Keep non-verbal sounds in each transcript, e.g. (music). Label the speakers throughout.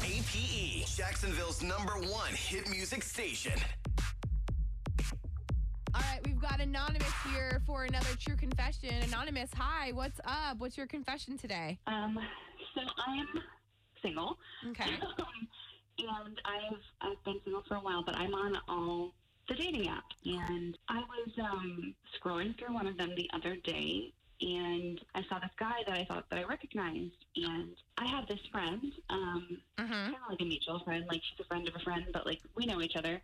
Speaker 1: KPE, E, Jacksonville's number one hit music station.
Speaker 2: All right, we've got Anonymous here for another true confession. Anonymous, hi, what's up? What's your confession today?
Speaker 3: Um, so I'm single.
Speaker 2: Okay.
Speaker 3: Um, (laughs) and I've I've been single for a while, but I'm on all the dating apps. And I was um, scrolling through one of them the other day, and I saw this guy that I thought that I recognized. And I have this friend, um,
Speaker 2: Mm-hmm.
Speaker 3: kind of like a mutual friend, like she's a friend of a friend, but like we know each other.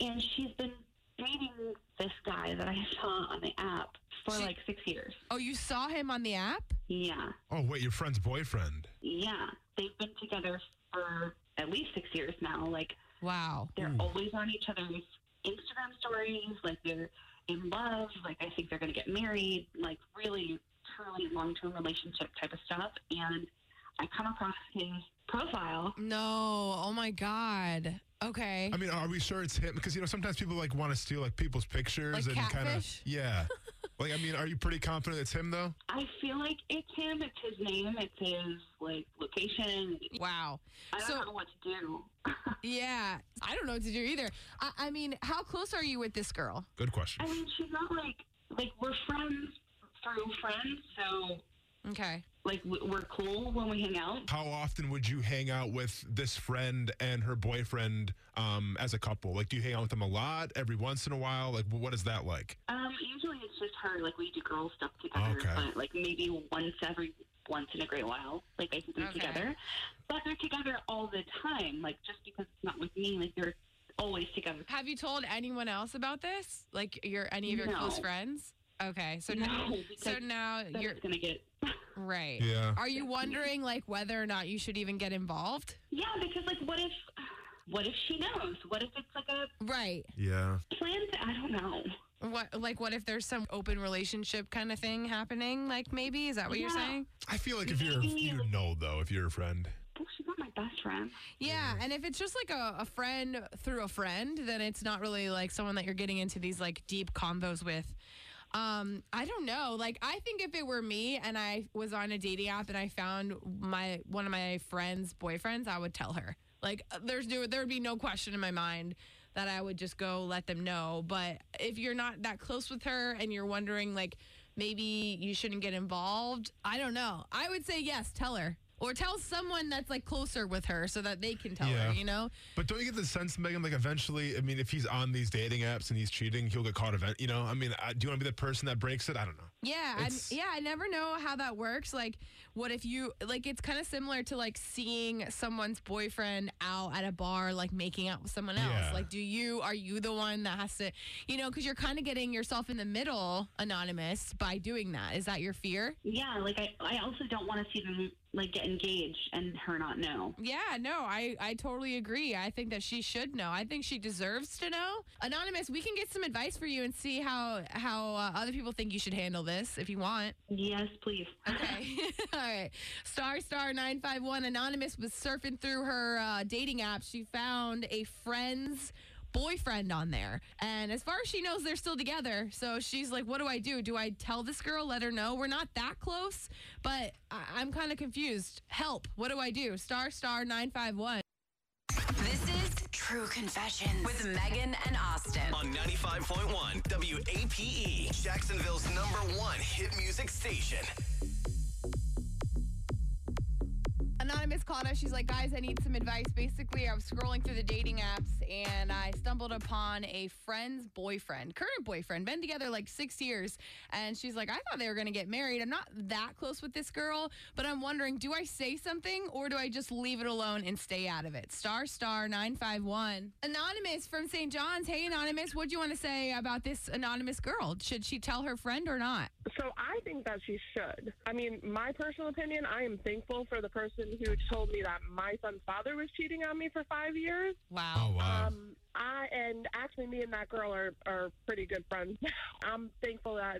Speaker 3: And she's been dating this guy that I saw on the app for
Speaker 2: She-
Speaker 3: like six years.
Speaker 2: Oh, you saw him on the app?
Speaker 3: Yeah.
Speaker 4: Oh, wait, your friend's boyfriend.
Speaker 3: Yeah, they've been together for at least six years now. Like
Speaker 2: Wow.
Speaker 3: they're always on each other's Instagram stories. Like they're in love. Like I think they're going to get married. Like really, truly long-term relationship type of stuff. And I come across his profile.
Speaker 2: No. Oh my God. Okay.
Speaker 4: I mean, are we sure it's him? Because, you know, sometimes people like want to steal like people's pictures
Speaker 2: Like
Speaker 4: and kind
Speaker 2: catfish?
Speaker 4: of. Yeah. like, I mean, are you pretty confident it's him, though?
Speaker 3: I feel like it's him. It's his name. It's his like location.
Speaker 2: Wow.
Speaker 3: I don't
Speaker 2: So-
Speaker 3: know what to do.
Speaker 2: Yeah. I don't know what to do either. I, I mean, how close are you with this girl?
Speaker 4: Good question.
Speaker 3: I mean, she's not like like we're friends through friends, so
Speaker 2: Okay.
Speaker 3: like we- we're cool when we hang out.
Speaker 4: How often would you hang out with this friend and her boyfriend um, as a couple? Like, do you hang out with them a lot, every once in a while? Like, what is that like?
Speaker 3: Um, usually it's just her. Like we do girl stuff together,
Speaker 4: Okay.
Speaker 3: but like maybe once every once in a great while, like they can be
Speaker 2: Okay.
Speaker 3: together. But they're together all the time. Like just because it's not with me, like they're always together.
Speaker 2: Have you told anyone else about this? Like your any of your
Speaker 3: No.
Speaker 2: close friends? Okay. So now,
Speaker 3: No, because
Speaker 2: so now
Speaker 3: then
Speaker 2: you're
Speaker 3: it's gonna get. (laughs)
Speaker 2: right.
Speaker 4: Yeah.
Speaker 2: Are you wondering like whether or not you should even get involved?
Speaker 3: yeah, because like what if, what if she knows? What if it's like a
Speaker 2: Right.
Speaker 4: Yeah.
Speaker 3: plan? To, I don't know.
Speaker 2: What like what if there's some open relationship kind of thing happening? Like maybe is that what you're
Speaker 3: Yeah.
Speaker 2: saying?
Speaker 4: I feel like if you're, you know, though, if you're a friend.
Speaker 3: Well, Oh, she's not my best friend.
Speaker 2: Yeah, and if it's just like a, a friend through a friend, then it's not really like someone that you're getting into these like deep convos with. Um, I don't know. Like I think if it were me and I was on a dating app and I found my one of my friends' boyfriends, I would tell her. Like uh, there's no there would be no question in my mind that I would just go let them know. But if you're not that close with her and you're wondering like maybe you shouldn't get involved, I don't know. I would say yes, tell her. Or tell someone that's like closer with her so that they can tell
Speaker 4: Yeah.
Speaker 2: her, you know?
Speaker 4: But don't you get the sense, Megan? Like eventually, I mean, if he's on these dating apps and he's cheating, he'll get caught. Event, you know. I mean, I, do you want to be the person that breaks it? I don't know.
Speaker 2: Yeah, I,
Speaker 4: It's-
Speaker 2: yeah. I never know how that works. Like, what if you like? It's kind of similar to like seeing someone's boyfriend out at a bar, like making out with someone else.
Speaker 4: Yeah.
Speaker 2: Like, do you are you the one that has to, you know? Because you're kind of getting yourself in the middle, anonymous, by doing that. Is that your fear?
Speaker 3: Yeah, like I, I also don't want to see them like get engaged and her not know.
Speaker 2: Yeah, no, I I totally agree. I think that she should know. I think she deserves to know. Anonymous, we can get some advice for you and see how how uh, other people think you should handle this if you want.
Speaker 3: Yes, please.
Speaker 2: Okay. (laughs) All right. Star Star 951 Anonymous was surfing through her uh, dating app. She found a friend's boyfriend on there. And as far as she knows, they're still together. So she's like, what do I do? Do I tell this girl, let her know? We're not that close, but I- I'm kind of confused. Help. What do I do? Star Star 951.
Speaker 5: This is True Confessions with Megan and Austin.
Speaker 1: On 95.1 WAPE, E, Jacksonville's number one hit music station.
Speaker 2: Anonymous called us. She's like, guys, I need some advice. Basically, I was scrolling through the dating apps and I stumbled upon a friend's boyfriend, current boyfriend, been together like six years. And she's like, I thought they were going to get married. I'm not that close with this girl, but I'm wondering, do I say something or do I just leave it alone and stay out of it? Star star 951. Anonymous from St. John's. Hey, Anonymous, what do you want to say about this anonymous girl? Should she tell her friend or not?
Speaker 6: So I think that she should. I mean, my personal opinion, I am thankful for the person who told me that my son's father was cheating on me for five years.
Speaker 2: Wow.
Speaker 4: wow.
Speaker 6: Um, I and actually me and that girl are, are pretty good friends (laughs) now. I'm thankful that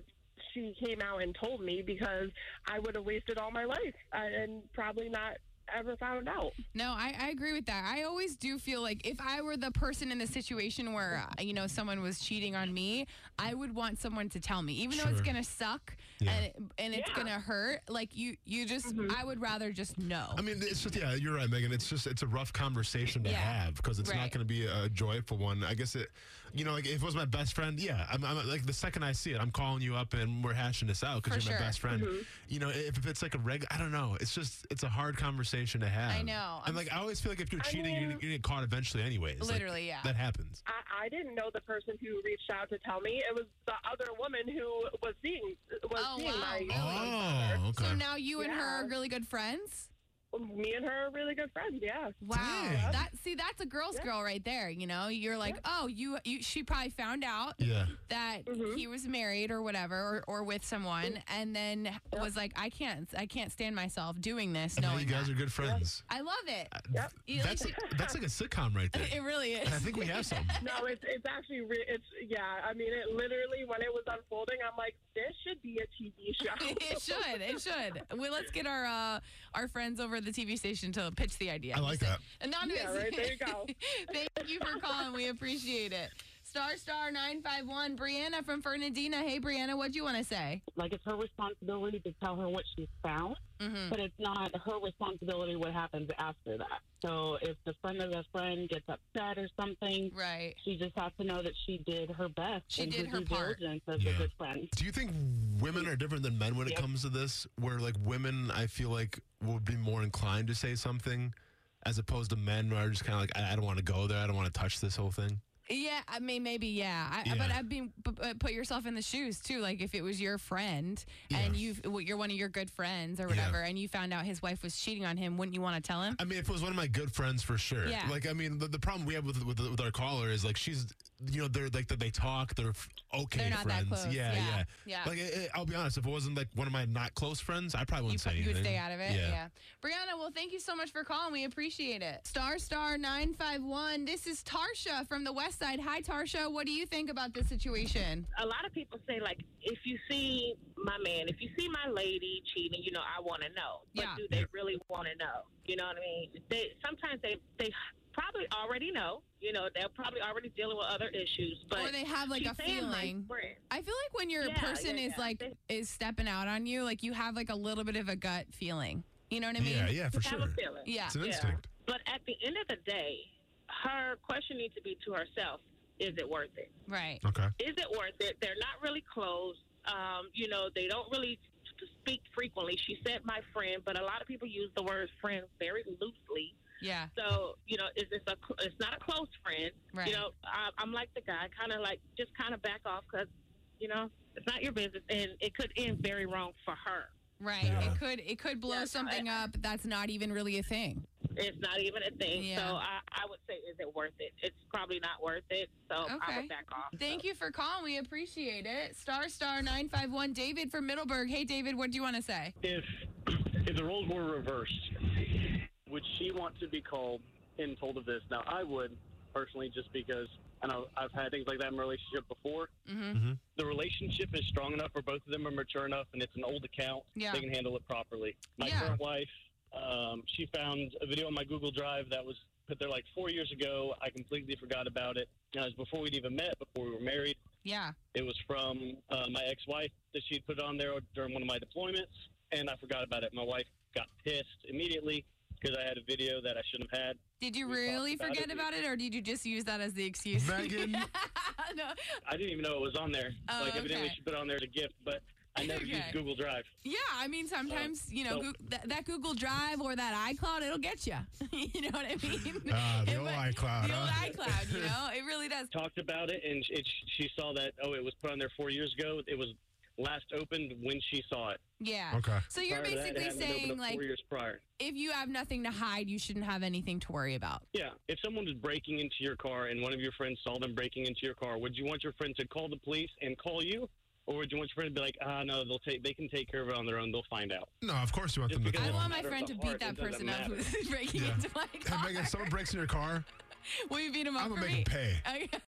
Speaker 6: she came out and told me because I would have wasted all my life uh, and probably not ever found out.
Speaker 2: No, I, I agree with that. I always do feel like if I were the person in the situation where, uh, you know, someone was cheating on me, I would want someone to tell me, even though it's
Speaker 4: Sure.
Speaker 2: going to suck
Speaker 4: Yeah.
Speaker 2: and, it- and it's
Speaker 6: Yeah. Mm-hmm.
Speaker 2: going to hurt. Like you, you just, I would rather just know.
Speaker 4: I mean, it's just yeah, you're right, Megan. It's just it's a rough conversation to
Speaker 2: Yeah.
Speaker 4: have because it's
Speaker 2: Right.
Speaker 4: not going to be a joyful one. I guess it, you know, like if it was my best friend, yeah, I'm, I'm like the second I see it, I'm calling you up and we're hashing this out
Speaker 2: For
Speaker 4: because
Speaker 2: sure.
Speaker 4: you're
Speaker 2: Mm-hmm.
Speaker 4: my best friend.
Speaker 6: Mm-hmm.
Speaker 4: You know, if, if it's like a reg, I don't know. It's just it's a hard conversation to have.
Speaker 2: know. I'm
Speaker 4: and like I always feel like if you're
Speaker 6: I
Speaker 4: cheating, you're,
Speaker 6: mean-
Speaker 4: you get caught eventually, anyways. Like,
Speaker 2: Literally, yeah.
Speaker 4: that happens.
Speaker 6: I, I didn't know the person who reached out to tell me. It was the other woman who was seeing was
Speaker 2: Oh,
Speaker 6: seeing
Speaker 2: wow, really?
Speaker 6: my
Speaker 4: Oh, okay.
Speaker 2: so now you and her are
Speaker 6: Yeah.
Speaker 2: really good friends?
Speaker 6: me and her are really good friends. Yeah.
Speaker 2: Wow.
Speaker 4: Dang.
Speaker 2: That see that's a girl's
Speaker 6: Yeah.
Speaker 2: girl right there, you know? You're like, "Oh, you, you she probably found out
Speaker 4: yeah.
Speaker 2: that
Speaker 6: Mhm.
Speaker 2: he was married or whatever or, or with someone and then was like I can't I can't stand myself doing this
Speaker 4: And now
Speaker 2: knowing
Speaker 4: you guys
Speaker 2: that.
Speaker 4: are good friends.
Speaker 2: I love it.
Speaker 6: Yep.
Speaker 2: You like
Speaker 4: That's
Speaker 2: (laughs)
Speaker 4: that's like a sitcom right there.
Speaker 2: It really is.
Speaker 4: And I think we
Speaker 2: (laughs)
Speaker 4: have some.
Speaker 6: No, it's it's actually re- it's yeah. I mean, it literally when it was unfolding, I'm like, this should be a TV show.
Speaker 2: (laughs) It should. It should. Well, let's get our uh, our friends over at the TV station to pitch the idea.
Speaker 4: I like
Speaker 2: Just
Speaker 4: that.
Speaker 2: Anonymous.
Speaker 6: Yeah, right, there you go.
Speaker 2: (laughs) Thank you for calling. We appreciate it. Star Star nine five one. Brianna from Fernandina. Hey, Brianna, what do you want to say?
Speaker 7: Like it's her responsibility to tell her what she's found,
Speaker 2: Mm-hmm.
Speaker 7: but it's not her responsibility what happens after that. So if the friend of the friend gets upset or something,
Speaker 2: Right.
Speaker 7: she just has to know that she did her best.
Speaker 2: She
Speaker 7: and
Speaker 2: did
Speaker 7: her
Speaker 2: her
Speaker 7: due
Speaker 2: part.
Speaker 7: diligence as
Speaker 4: Yeah.
Speaker 7: a good friend.
Speaker 4: Do you think women are different than men when it
Speaker 7: Yep.
Speaker 4: comes to this? Where like women, I feel like would be more inclined to say something, as opposed to men who are just kind of like, I, I don't want to go there. I don't want to touch this whole thing.
Speaker 2: Yeah, I mean, maybe, yeah. I, But
Speaker 4: Yeah.
Speaker 2: I mean, but, but put yourself in the shoes too. Like, if it was your friend and you you're one of your good friends or whatever, and you found out his wife was cheating on him, wouldn't you want to tell him?
Speaker 4: I mean, if it was one of my good friends, for sure.
Speaker 2: Yeah.
Speaker 4: Like, I mean, the, the problem we have with, with with our caller is like she's, you know, they're like they talk, they're f- okay
Speaker 2: They're not
Speaker 4: friends.
Speaker 2: that close.
Speaker 4: Yeah,
Speaker 2: yeah.
Speaker 4: yeah.
Speaker 2: yeah.
Speaker 4: Like, i i I'll be honest, if it wasn't like one of my not close friends, I probably
Speaker 2: you
Speaker 4: wouldn't say
Speaker 2: you would
Speaker 4: anything.
Speaker 2: stay out of it. Yeah.
Speaker 4: Yeah.
Speaker 2: Brianna, well, thank you so much for calling. We appreciate it. Star Star nine five one. This is Tarsha from the West Side. Hi, Tarsha. What do you think about this situation?
Speaker 8: a lot of people say like if you see my man if you see my lady cheating you know i want to know but
Speaker 2: Yeah.
Speaker 8: do they
Speaker 4: Yeah.
Speaker 8: really want to know you know what i mean they sometimes they they probably already know you know they're probably already dealing with other issues but
Speaker 2: or they have like
Speaker 8: she's
Speaker 2: a
Speaker 8: saying my
Speaker 2: feeling.
Speaker 8: friend.
Speaker 2: I feel like when your
Speaker 8: Yeah,
Speaker 2: person
Speaker 8: yeah,
Speaker 2: is
Speaker 8: yeah.
Speaker 2: like is stepping out on you, like you have like a little bit of a gut feeling. You know what I mean?
Speaker 4: yeah, yeah, for
Speaker 8: Just have
Speaker 4: sure.
Speaker 8: a feeling
Speaker 2: Yeah.
Speaker 4: It's an
Speaker 8: Yeah.
Speaker 4: instinct.
Speaker 8: but at the end of the day her question needs to be to herself is it worth it
Speaker 2: Right.
Speaker 4: Okay.
Speaker 8: is it worth it? They're not really close. Um, you know, they don't really speak frequently. She said my friend, but a lot of people use the word friend very loosely.
Speaker 2: Yeah.
Speaker 8: So, you know, is this a, cl- it's not a close friend.
Speaker 2: Right.
Speaker 8: You know, I, I'm like the guy, kind of like, just kind of back off because, you know, it's not your business and it could end very wrong for her.
Speaker 2: right.
Speaker 4: Yeah.
Speaker 2: It could it could blow
Speaker 8: Yeah, so
Speaker 2: something up that's not even really a thing.
Speaker 8: It's not even a thing.
Speaker 2: Yeah.
Speaker 8: So I, I would say, is it worth it? It's probably not worth it. So I
Speaker 2: Okay.
Speaker 8: would back off.
Speaker 2: Thank you for calling. We appreciate it. Star Star nine five one David from Middleburg. Hey David, what do you want to say?
Speaker 9: if if the roles were reversed, would she want to be called and told of this? Now, I would personally, just because I know I've had things like that in a relationship before.
Speaker 2: Mm-hmm.
Speaker 9: The relationship is strong enough where both of them are mature enough, and it's an old account.
Speaker 2: Yeah.
Speaker 9: They can handle it properly. My
Speaker 2: Yeah.
Speaker 9: current wife, um, she found a video on my Google Drive that was put there like four years ago. I completely forgot about it. And it was before we'd even met, before we were married.
Speaker 2: Yeah.
Speaker 9: It was from uh, my ex-wife that she had put on there during one of my deployments, and I forgot about it. My wife got pissed immediately because I had a video that I shouldn't have had.
Speaker 2: Did you
Speaker 9: We talked
Speaker 2: really
Speaker 9: about
Speaker 2: forget
Speaker 9: it.
Speaker 2: about it, or did you just use that as the excuse? (laughs)
Speaker 4: Megan.
Speaker 2: no.
Speaker 9: I didn't even know it was on there.
Speaker 2: Oh,
Speaker 9: like evidently
Speaker 2: okay.
Speaker 9: she put it on there as a gift, but I never
Speaker 2: (laughs) Okay.
Speaker 9: used Google Drive.
Speaker 2: Yeah, I mean, sometimes you know
Speaker 9: so-
Speaker 2: Goog- that, that Google Drive or that iCloud, it'll get you. (laughs) you know what I mean?
Speaker 4: Ah, the
Speaker 2: It
Speaker 4: old
Speaker 2: wa-
Speaker 4: iCloud,
Speaker 2: The old
Speaker 4: huh?
Speaker 2: iCloud, you
Speaker 4: (laughs)
Speaker 2: know, it really does.
Speaker 9: Talked about it, and it, she saw that. Oh, it was put on there four years ago. It was last opened when she saw it.
Speaker 2: Yeah.
Speaker 4: Okay.
Speaker 2: So you're
Speaker 9: Prior to that, it
Speaker 2: basically
Speaker 9: hadn't been opened
Speaker 2: saying
Speaker 9: up
Speaker 2: like,
Speaker 9: four years prior.
Speaker 2: if you have nothing to hide, you shouldn't have anything to worry about.
Speaker 9: Yeah, if someone was breaking into your car and one of your friends saw them breaking into your car, would you want your friend to call the police and call you, or would you want your friend to be like, ah, no, they'll take, they can take care of it on their own, they'll find out.
Speaker 4: No, of course you want
Speaker 9: Just
Speaker 4: them to
Speaker 9: because
Speaker 4: call.
Speaker 2: I
Speaker 9: Yeah.
Speaker 2: want
Speaker 4: them.
Speaker 2: my
Speaker 9: Matter
Speaker 2: friend
Speaker 9: of the
Speaker 2: to beat
Speaker 9: heart,
Speaker 2: that
Speaker 9: it doesn't
Speaker 2: person up
Speaker 9: matter.
Speaker 2: who's (laughs) breaking
Speaker 4: Yeah.
Speaker 2: into my
Speaker 4: Hey,
Speaker 2: car.
Speaker 4: Megan, if someone breaks in your car,
Speaker 2: (laughs) Will you beat him up
Speaker 4: I'm
Speaker 2: for
Speaker 4: gonna make
Speaker 2: me?
Speaker 4: him
Speaker 2: (laughs)
Speaker 4: pay.
Speaker 2: Okay.